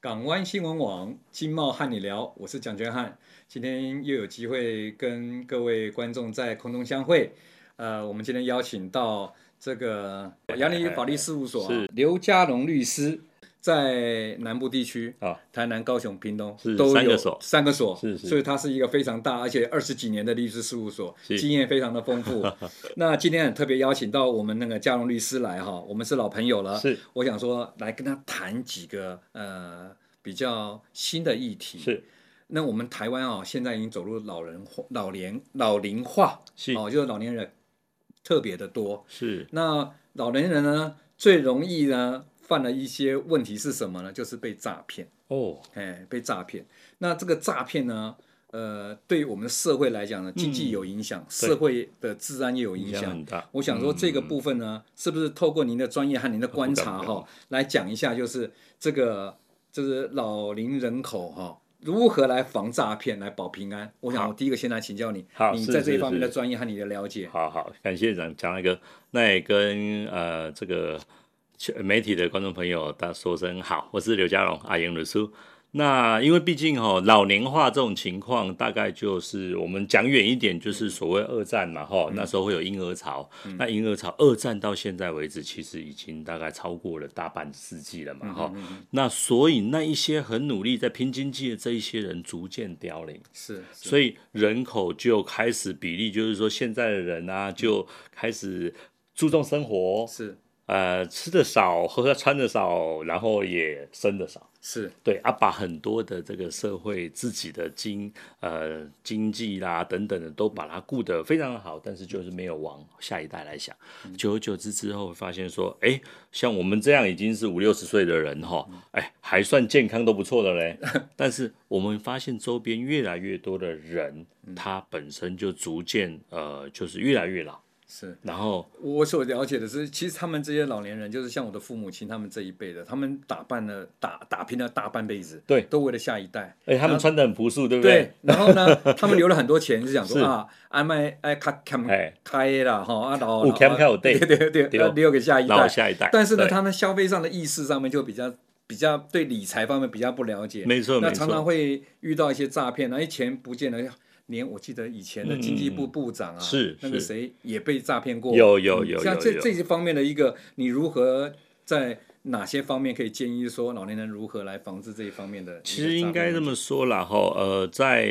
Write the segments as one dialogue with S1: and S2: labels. S1: 港湾新闻网金茂和你聊，我是蒋娟汉，今天又有机会跟各位观众在空中相会。呃，我们今天邀请到这个杨林法律事务所、啊、
S2: 是
S1: 刘家龙律师，在南部地区
S2: 啊，
S1: 台南、高雄、屏东
S2: 是
S1: 都有
S2: 三个所
S1: 三个所，
S2: 是是
S1: 所以它是一个非常大，而且二十几年的律师事务所，
S2: 是
S1: 经验非常的丰 富。那今天很特别邀请到我们那个嘉荣律师来哈，我们是老朋友了，
S2: 是
S1: 我想说来跟他谈几个呃比较新的议题。
S2: 是
S1: 那我们台湾啊、现在已经走入老人化、老年、老龄化，
S2: 是
S1: 哦，就是老年人特别的多。
S2: 是
S1: 那老年人呢，最容易呢犯了一些问题是什么呢？就是被诈骗，
S2: 哦，
S1: 哎，被诈骗。那这个诈骗呢，呃，对我们的社会来讲呢，经济有影响，社会的治安也有影
S2: 嗯影响
S1: 响
S2: 很。大。嗯
S1: 我想说这个部分呢，是不是透过您的专业和您的观察
S2: 不
S1: 哈、
S2: 敢不
S1: 来讲一下，就是这个就是老龄人口哈、如何来防诈骗，来保平安？我想我第一个先来请教你
S2: 好，
S1: 你
S2: 是
S1: 在这一
S2: 是
S1: 方面
S2: 是
S1: 的专业和你的了解。
S2: 好好，感谢蒋蒋大哥，那也跟呃这个全媒体的观众朋友大家说声好，我是刘家荣阿英律师。那因为毕竟哈、哦、老年化这种情况，大概就是我们讲远一点，就是所谓二战嘛哈、那时候会有婴儿潮，那婴儿潮二战到现在为止，其实已经大概超过了大半世纪了嘛哈、那所以那一些很努力在拼经济的这一些人，逐渐凋零。
S1: 是，是
S2: 所以人口就开始比例，就是说现在的人啊，就开始注重生活，
S1: 是
S2: 呃，吃的少，喝的穿的少，然后也生的少。
S1: 是
S2: 对啊，把很多的这个社会自己的经呃经济啦等等的都把它顾得非常好，但是就是没有往下一代来想。
S1: 嗯
S2: 久而久之之后，发现说，哎，像我们这样已经是五六十岁的人哈，
S1: 嗯
S2: 哎，还算健康都不错的嘞。但是我们发现周边越来越多的人，
S1: 嗯
S2: 他本身就逐渐呃就是越来越老，
S1: 是。
S2: 然后
S1: 我所了解的是，其实他们这些老年人，就是像我的父母亲他们这一辈的，他们打扮了打打拼了大半辈子，
S2: 对
S1: 都为了下一代。
S2: 哎，他们穿的很朴素，对不
S1: 对，然后呢，他们留了很多钱，是想说
S2: 是
S1: 啊，爱卖爱开开
S2: 哎
S1: 开的啦，哈，啊老
S2: 有
S1: 老
S2: 欠较有
S1: 对
S2: 底
S1: 对对，
S2: 对
S1: 要留给下一
S2: 然后
S1: 代。
S2: 下一代。
S1: 但是呢，
S2: 对
S1: 他们消费上的意识上面就比较比较对理财方面比较不了解，
S2: 没错
S1: 那
S2: 没
S1: 常
S2: 错
S1: 常会遇到一些诈骗，那些钱不见了。连我记得以前的经济部部长啊，
S2: 嗯是
S1: 那个
S2: 是
S1: 谁也被诈骗过，
S2: 有有有
S1: 像
S2: 有
S1: 这
S2: 有
S1: 这些方面的一个，你如何在哪些方面可以建议说老年人如何来防治这一方面的一个诈
S2: 其
S1: 骗问题？
S2: 实应该这么说啦，哈，呃，在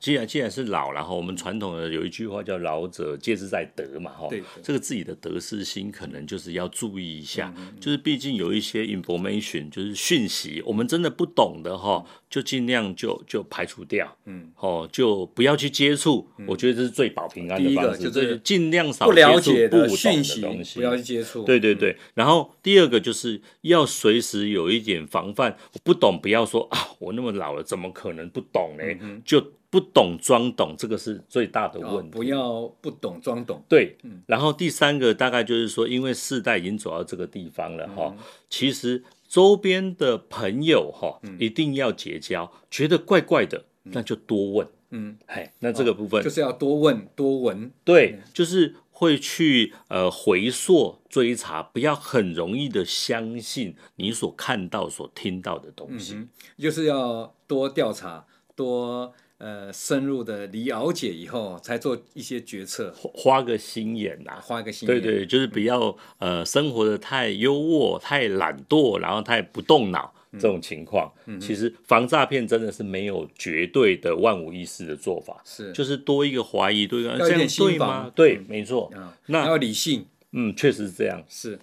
S2: 既然既然是老啦，然后我们传统的有一句话叫“老者戒之在德”嘛，哈
S1: 对对，
S2: 这个自己的得失心可能就是要注意一下，
S1: 嗯
S2: 就是毕竟有一些 information 就是讯息，我们真的不懂的哈，就尽量就就排除掉，
S1: 嗯，
S2: 哦，就不要去接触，我觉得这是最保平安
S1: 第
S2: 的
S1: 一个
S2: 方式，
S1: 就是
S2: 尽量少
S1: 不了
S2: 接触
S1: 解
S2: 不懂
S1: 讯息
S2: 东西，
S1: 不要去接触。
S2: 对对对，然后第二个就是要随时有一点防范，我不懂不要说啊，我那么老了怎么可能不懂
S1: 嗯
S2: 呢？就不懂装懂，这个是最大的
S1: 哦，
S2: 问题。
S1: 不要不懂装懂。
S2: 对，然后第三个大概就是说，因为世代已经走到这个地方了哈，
S1: 嗯
S2: 其实周边的朋友哈，
S1: 嗯
S2: 一定要结交，觉得怪怪的，那就多问。
S1: 嗯，
S2: 哎，那这个部分
S1: 就是要多问多闻。
S2: 对，
S1: 嗯
S2: 就是会去呃回溯追查，不要很容易的相信你所看到、所听到的东西。
S1: 嗯就是要多调查，多呃深入的了解以后，才做一些决策，
S2: 花花个心眼呐、
S1: 花一个心
S2: 对
S1: 眼。嗯
S2: 对，就是不要呃生活的太优渥、太懒惰，然后太不动脑。
S1: 嗯
S2: 这种情况，其实防诈骗真的是没有绝对的万无一失的做法，
S1: 是
S2: 就是多一个怀疑，多一个
S1: 要有
S2: 这样
S1: 点心
S2: 对
S1: 防嗯
S2: 吗？对，没错，
S1: 啊，
S2: 那
S1: 要理性，
S2: 嗯，确实是这样。
S1: 是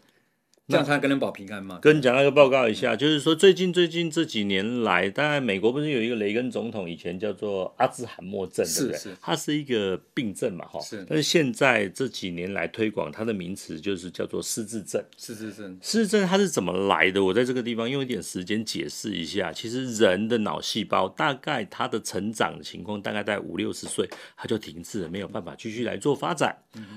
S1: 这样才能保平安嘛。
S2: 跟蒋大哥报告一下，就是说最近最近这几年来，当然美国不是有一个雷根总统，以前叫做阿兹海默症，
S1: 是
S2: 对不对
S1: 是？
S2: 它是一个病症嘛，哈。
S1: 是
S2: 但是现在这几年来推广它的名词就是叫做失智症。
S1: 是是是，
S2: 失智症它是怎么来的？我在这个地方用一点时间解释一下。其实人的脑细胞大概它的成长的情况大概在五六十岁，它就停滞了，没有办法继续来做发展。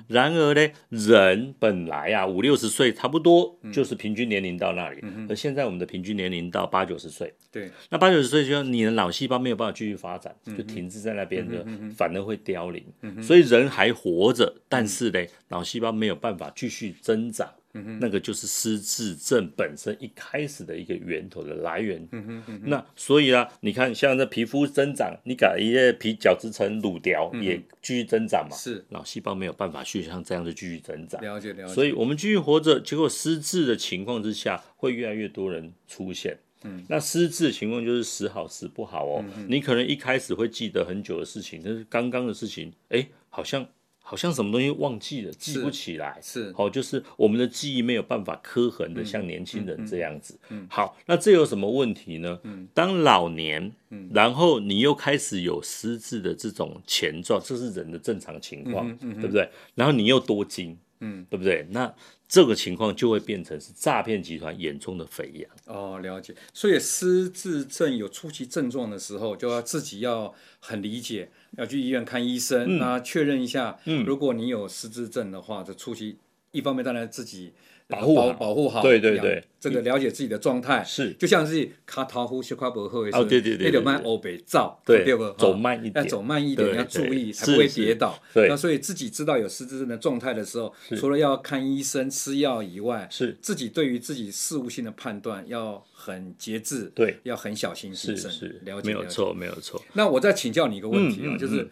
S2: 然而呢，人本来啊五六十岁差不多就是平均年龄到那里，而现在我们的平均年龄到八九十岁，
S1: 对，
S2: 那八九十岁就你的脑细胞没有办法继续发展，
S1: 嗯
S2: 就停滞在那边的，反而会凋零。所以人还活着，但是呢，脑细胞没有办法继续增长。
S1: 嗯哼，
S2: 那个就是失智症本身一开始的一个源头的来源。
S1: 嗯哼，嗯哼，
S2: 那所以啊，你看像这皮肤增长，你把一些皮角质层乳条也继续增长嘛，
S1: 嗯是
S2: 脑细胞没有办法去像这样的继续增长，
S1: 了解了解，
S2: 所以我们继续活着，结果失智的情况之下，会越来越多人出现。
S1: 嗯，
S2: 那失智的情况就是时好时不好哦。你可能一开始会记得很久的事情，但是刚刚的事情，哎，好像好像什么东西忘记了，记不起来。
S1: 是
S2: 好，哦就是我们的记忆没有办法刻痕
S1: 嗯
S2: 的，像年轻人这样子。好，那这有什么问题呢？
S1: 嗯
S2: 当老年，然后你又开始有失智的这种前兆，这是人的正常情况，对不对？然后你又多金，
S1: 嗯，
S2: 对不对？那这个情况就会变成是诈骗集团眼中的肥羊。
S1: 哦，了解。所以失智症有初期症状的时候，就要自己要很理解，要去医院看医
S2: 嗯
S1: 生，那、确认一下。嗯，如果你有失智症的话，这初期一方面当然自己呃
S2: 保护好
S1: 保保护好，
S2: 对对嗯
S1: 了
S2: 对
S1: 这个了解自己的状态。
S2: 是
S1: 就像是卡桃呼西夸伯赫也是，
S2: 哦对对对对
S1: 那得慢欧北照，
S2: 对
S1: 对不？哈
S2: 走慢一点
S1: 要走慢一点，
S2: 对
S1: 要注意，
S2: 对
S1: 才不会
S2: 是是
S1: 跌倒。
S2: 对
S1: 那所以自己知道有失智症的状态的时候，除了要看医生、吃药以外，
S2: 是
S1: 自己对于自己事物性的判断要很节制，
S2: 对，
S1: 要很小心谨
S2: 是
S1: 慎，
S2: 是，
S1: 了解
S2: 没有。
S1: 了解
S2: 错，没有错。
S1: 那我再请教你一个问题啊，
S2: 嗯嗯
S1: 就是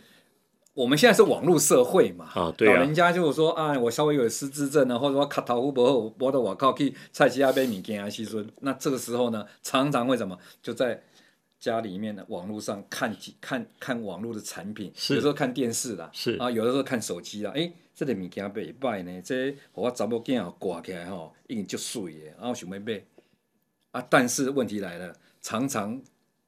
S1: 我们现在是网络社会嘛，
S2: 啊对啊
S1: 老人家就说啊，我稍微有失智症啊，或者我卡头不后，我的我靠去菜市亚杯米给啊西说，那这个时候呢，常常会什么就在。家里面的网络上看几看看网络的产品，
S2: 是
S1: 有时候看电视啦，
S2: 是
S1: 啊，有的时候看手机啦，诶、这个物件袂歹呢，这互我查某囝吼挂起来吼，已经足水的，啊，我想要买。啊，但是问题来了，常常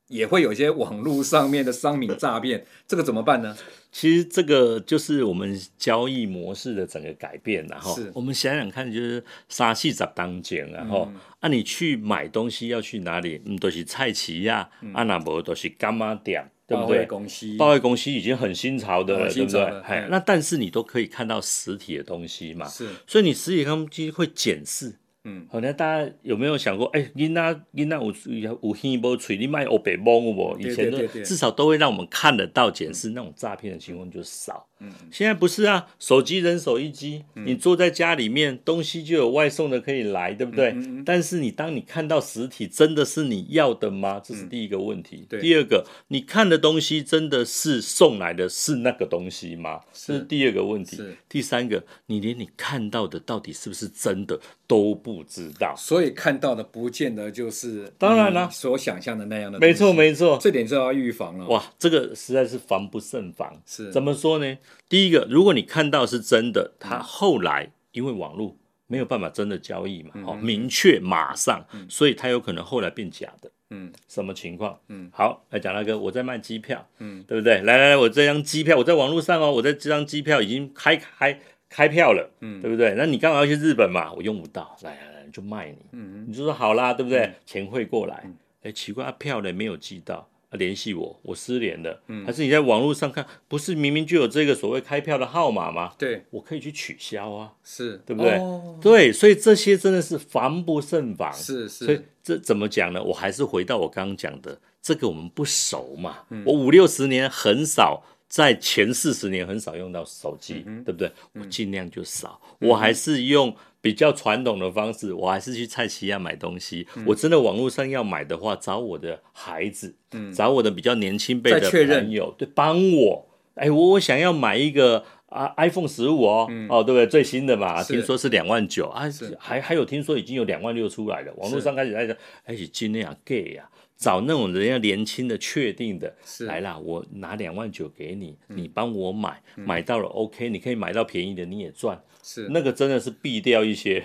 S1: 也会有一些网络上面的商品诈骗， 这个怎么办呢？
S2: 其实这个就是我们交易模式的整个改变然后
S1: 是
S2: 我们想想看，就是杀气咋当间然后
S1: 嗯
S2: 啊，你去买东西要去哪里？嗯，都、是菜市呀、啊，那无都是干妈店，对不
S1: 报废
S2: 对？
S1: 嗯公司，
S2: 报业公司已经很新潮的了，
S1: 哦
S2: 对
S1: 新
S2: 不
S1: 潮
S2: 对
S1: 了？
S2: 哎
S1: 嗯，
S2: 那但是你都可以看到实体的东西嘛，
S1: 是
S2: 所以你实体康机会检视。
S1: 嗯，
S2: 好，那大家有没有想过，哎、囡仔囡仔有有有耳无嘴，你卖欧北蒙有无？以前
S1: 对
S2: 的
S1: 对
S2: 至少都会让我们看得到检视、那种诈骗的情况就少。
S1: 嗯，
S2: 现在不是啊，手机人手一机，你坐在家里面，东西就有外送的可以来，对
S1: 嗯
S2: 不对？但是你当你看到实体，真的是你要的吗？这是第一个问题。
S1: 嗯对
S2: 第二个，你看的东西真的是送来的是那个东西吗？这是第二个问题
S1: 是。
S2: 第三个，你连你看到的到底是不是真的都不知道。
S1: 所以看到的不见得就是
S2: 当然啦
S1: 你所想象的那样的东西，
S2: 没错，没错。
S1: 这点就要预防了。
S2: 哇，这个实在是防不胜防。
S1: 是
S2: 怎么说呢？第一个，如果你看到是真的，它后来因为网络没有办法真的交易嘛，
S1: 嗯
S2: 哦，明确马上，所以它有可能后来变假的。
S1: 嗯，
S2: 什么情况？
S1: 嗯，
S2: 好，来讲那个，我在卖机票，
S1: 嗯，
S2: 对不对？来来来，我这张机票，我在网络上哦，我在这张机票已经开开开票了，嗯，对不对？那你刚好要去日本嘛，我用不到，来来来，就卖你，嗯，你就说好啦，对不对？钱汇过来，哎、奇怪，啊、票呢没有寄到。啊联系我，我失联了，嗯、还是你在网络上看，不是明明就有这个所谓开票的号码吗？
S1: 对，
S2: 我可以去取消啊，
S1: 是，
S2: 对不对？
S1: 哦
S2: 对，所以这些真的是防不胜防。
S1: 是
S2: 所以
S1: 是，
S2: 这怎么讲呢？我还是回到我刚刚讲的，这个我们不熟嘛。
S1: 嗯
S2: 我五六十年很少，在前四十年很少用到手机，
S1: 嗯
S2: 对不对？我尽量就少，我还是用比较传统的方式，我还是去菜市亚买东西。
S1: 嗯
S2: 我真的网络上要买的话，找我的孩子，找我的比较年轻辈
S1: 再
S2: 的
S1: 嗯确认
S2: 朋友，对，帮我。哎，我我想要买一个啊 iPhone 十五哦，哦，对不对？最新的嘛，
S1: 嗯是
S2: 听说是两万九啊
S1: 是，
S2: 还还有听说已经有两万六出来了，网络
S1: 是
S2: 上开始在讲，哎，今天啊 gay 啊，找那种人家年轻的确定的
S1: 是嗯
S2: 来啦，我拿两万九给你，你帮我买，买到了 OK，你可以买到便宜的你也赚，
S1: 是
S2: 那个真的是避掉一些。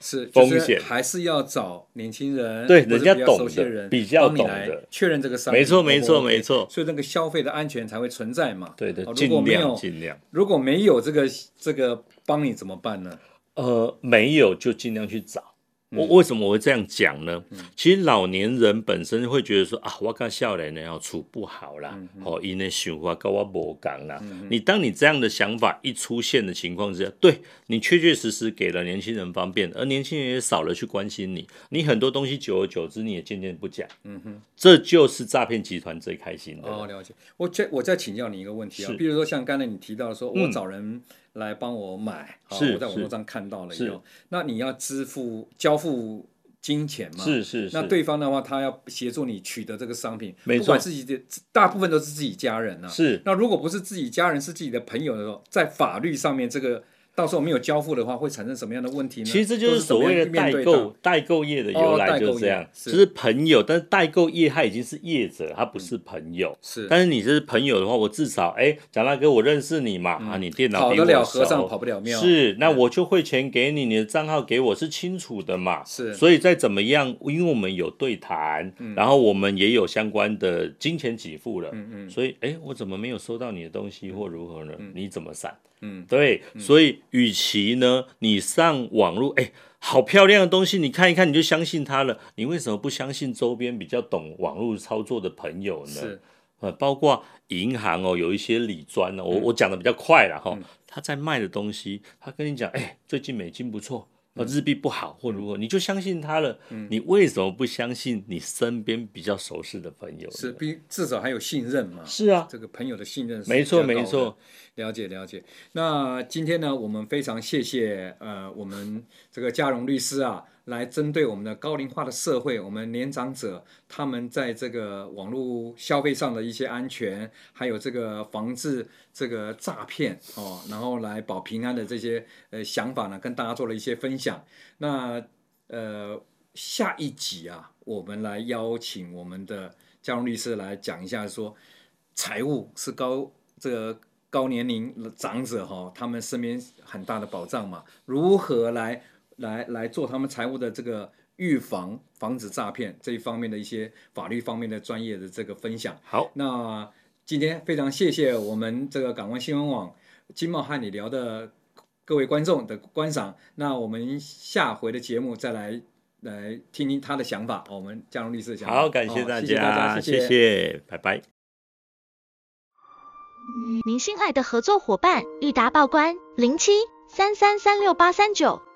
S1: 是
S2: 风
S1: 就是
S2: 险
S1: 还是要找年轻人，
S2: 对
S1: 或者
S2: 人家
S1: 比较
S2: 懂
S1: 熟悉的
S2: 的
S1: 人，
S2: 比较
S1: 帮你
S2: 懂
S1: 来
S2: 的
S1: 确认这个商品
S2: 没错
S1: O 不
S2: 没错
S1: OK，
S2: 没错
S1: 所以那个消费的安全才会存在嘛。
S2: 对的
S1: 哦，如果
S2: 尽
S1: 没
S2: 量
S1: 有
S2: 尽量。
S1: 如果没有这个这个帮你怎么办呢？
S2: 呃，没有就尽量去找。我
S1: 嗯
S2: 为什么我会这样讲呢？其实老年人本身会觉得说啊，我跟少年人要处不好啦，
S1: 嗯
S2: 哦，因为想法跟我无共啦。你当你这样的想法一出现的情况之下，对你确确实实给了年轻人方便，而年轻人也少了去关心你，你很多东西久而久之你也渐渐不讲，
S1: 嗯哼，
S2: 这就是诈骗集团最开心的。
S1: 哦，了解。我再我再请教你一个问题啊
S2: 是，
S1: 比如说像刚才你提到说，
S2: 嗯
S1: 我找人来帮我买，好
S2: 是
S1: 我在网络
S2: 是
S1: 上看到了以
S2: 是
S1: 后，那你要支付交付金钱嘛？。
S2: 是是是，
S1: 那对方的话，他要协助你取得这个商品，
S2: 没
S1: 不管
S2: 错
S1: 自己的大部分都是自己家人啊。
S2: 是
S1: 那如果不是自己家人，是自己的朋友的时候，在法律上面，这个到时候没有交付的话，会产生什么样的问题呢？
S2: 其实这就
S1: 都
S2: 是
S1: 是怎
S2: 所
S1: 么样
S2: 谓
S1: 去
S2: 的
S1: 面
S2: 代
S1: 对
S2: 购代购业的由
S1: 哦
S2: 来
S1: 代
S2: 就
S1: 购
S2: 这
S1: 业
S2: 样，
S1: 是嗯
S2: 就是朋友，但是代购业他已经是业者，他不是朋友。
S1: 是
S2: 但是你这是朋友的话，我至少哎，蒋大哥，我认识你嘛，啊，你电脑
S1: 跑嗯
S2: 比
S1: 得
S2: 我
S1: 了
S2: 熟
S1: 和尚跑不了庙，嗯
S2: 是，那我就汇钱给你，你的账号给我是清楚的嘛。
S1: 是嗯
S2: 所以再怎么样，因为我们有对谈，然后我们也有相关的金钱给付了，嗯嗯，所以哎，我怎么没有收到你的东西或如何呢？你怎么闪？
S1: 嗯，
S2: 对，所以与其呢，你上网络，哎。好漂亮的东西，你看一看你就相信它了。你为什么不相信周边比较懂网络操作的朋友呢？
S1: 是
S2: 呃，包括银行哦，有一些理专哦，我
S1: 嗯
S2: 我讲的比较快了哈、他在卖的东西，他跟你讲，哎、最近美金不错，
S1: 嗯
S2: 呃，日币不好或如何，你就相信他了。你为什么不相信你身边比较熟识的朋友呢？
S1: 是，比至少还有信任嘛。
S2: 是啊，
S1: 这个朋友的信任是
S2: 没错
S1: 比较高的
S2: 没错，
S1: 了解了解。那今天呢，我们非常谢谢呃我们这个嘉荣律师啊，来针对我们的高龄化的社会，我们年长者他们在这个网络消费上的一些安全，还有这个防治这个诈骗哦，然后来保平安的这些呃想法呢，跟大家做了一些分享。那呃下一集啊，我们来邀请我们的嘉荣律师来讲一下说。财务是高这个高年龄长者哈、他们身边很大的保障嘛，如何来来来做他们财务的这个预防、防止诈骗这一方面的一些法律方面的专业的这个分享。
S2: 好，
S1: 那今天非常谢谢我们这个港湾新闻网金茂和你聊的各位观众的观赏，那我们下回的节目再来。来听听他的想法，我们嘉荣律师的想法。
S2: 好，感谢
S1: 哦
S2: 大
S1: 谢谢大
S2: 家，
S1: 家，
S2: 谢谢，拜拜。
S3: 您心爱的合作伙伴，裕达报关零七三三三六八三九。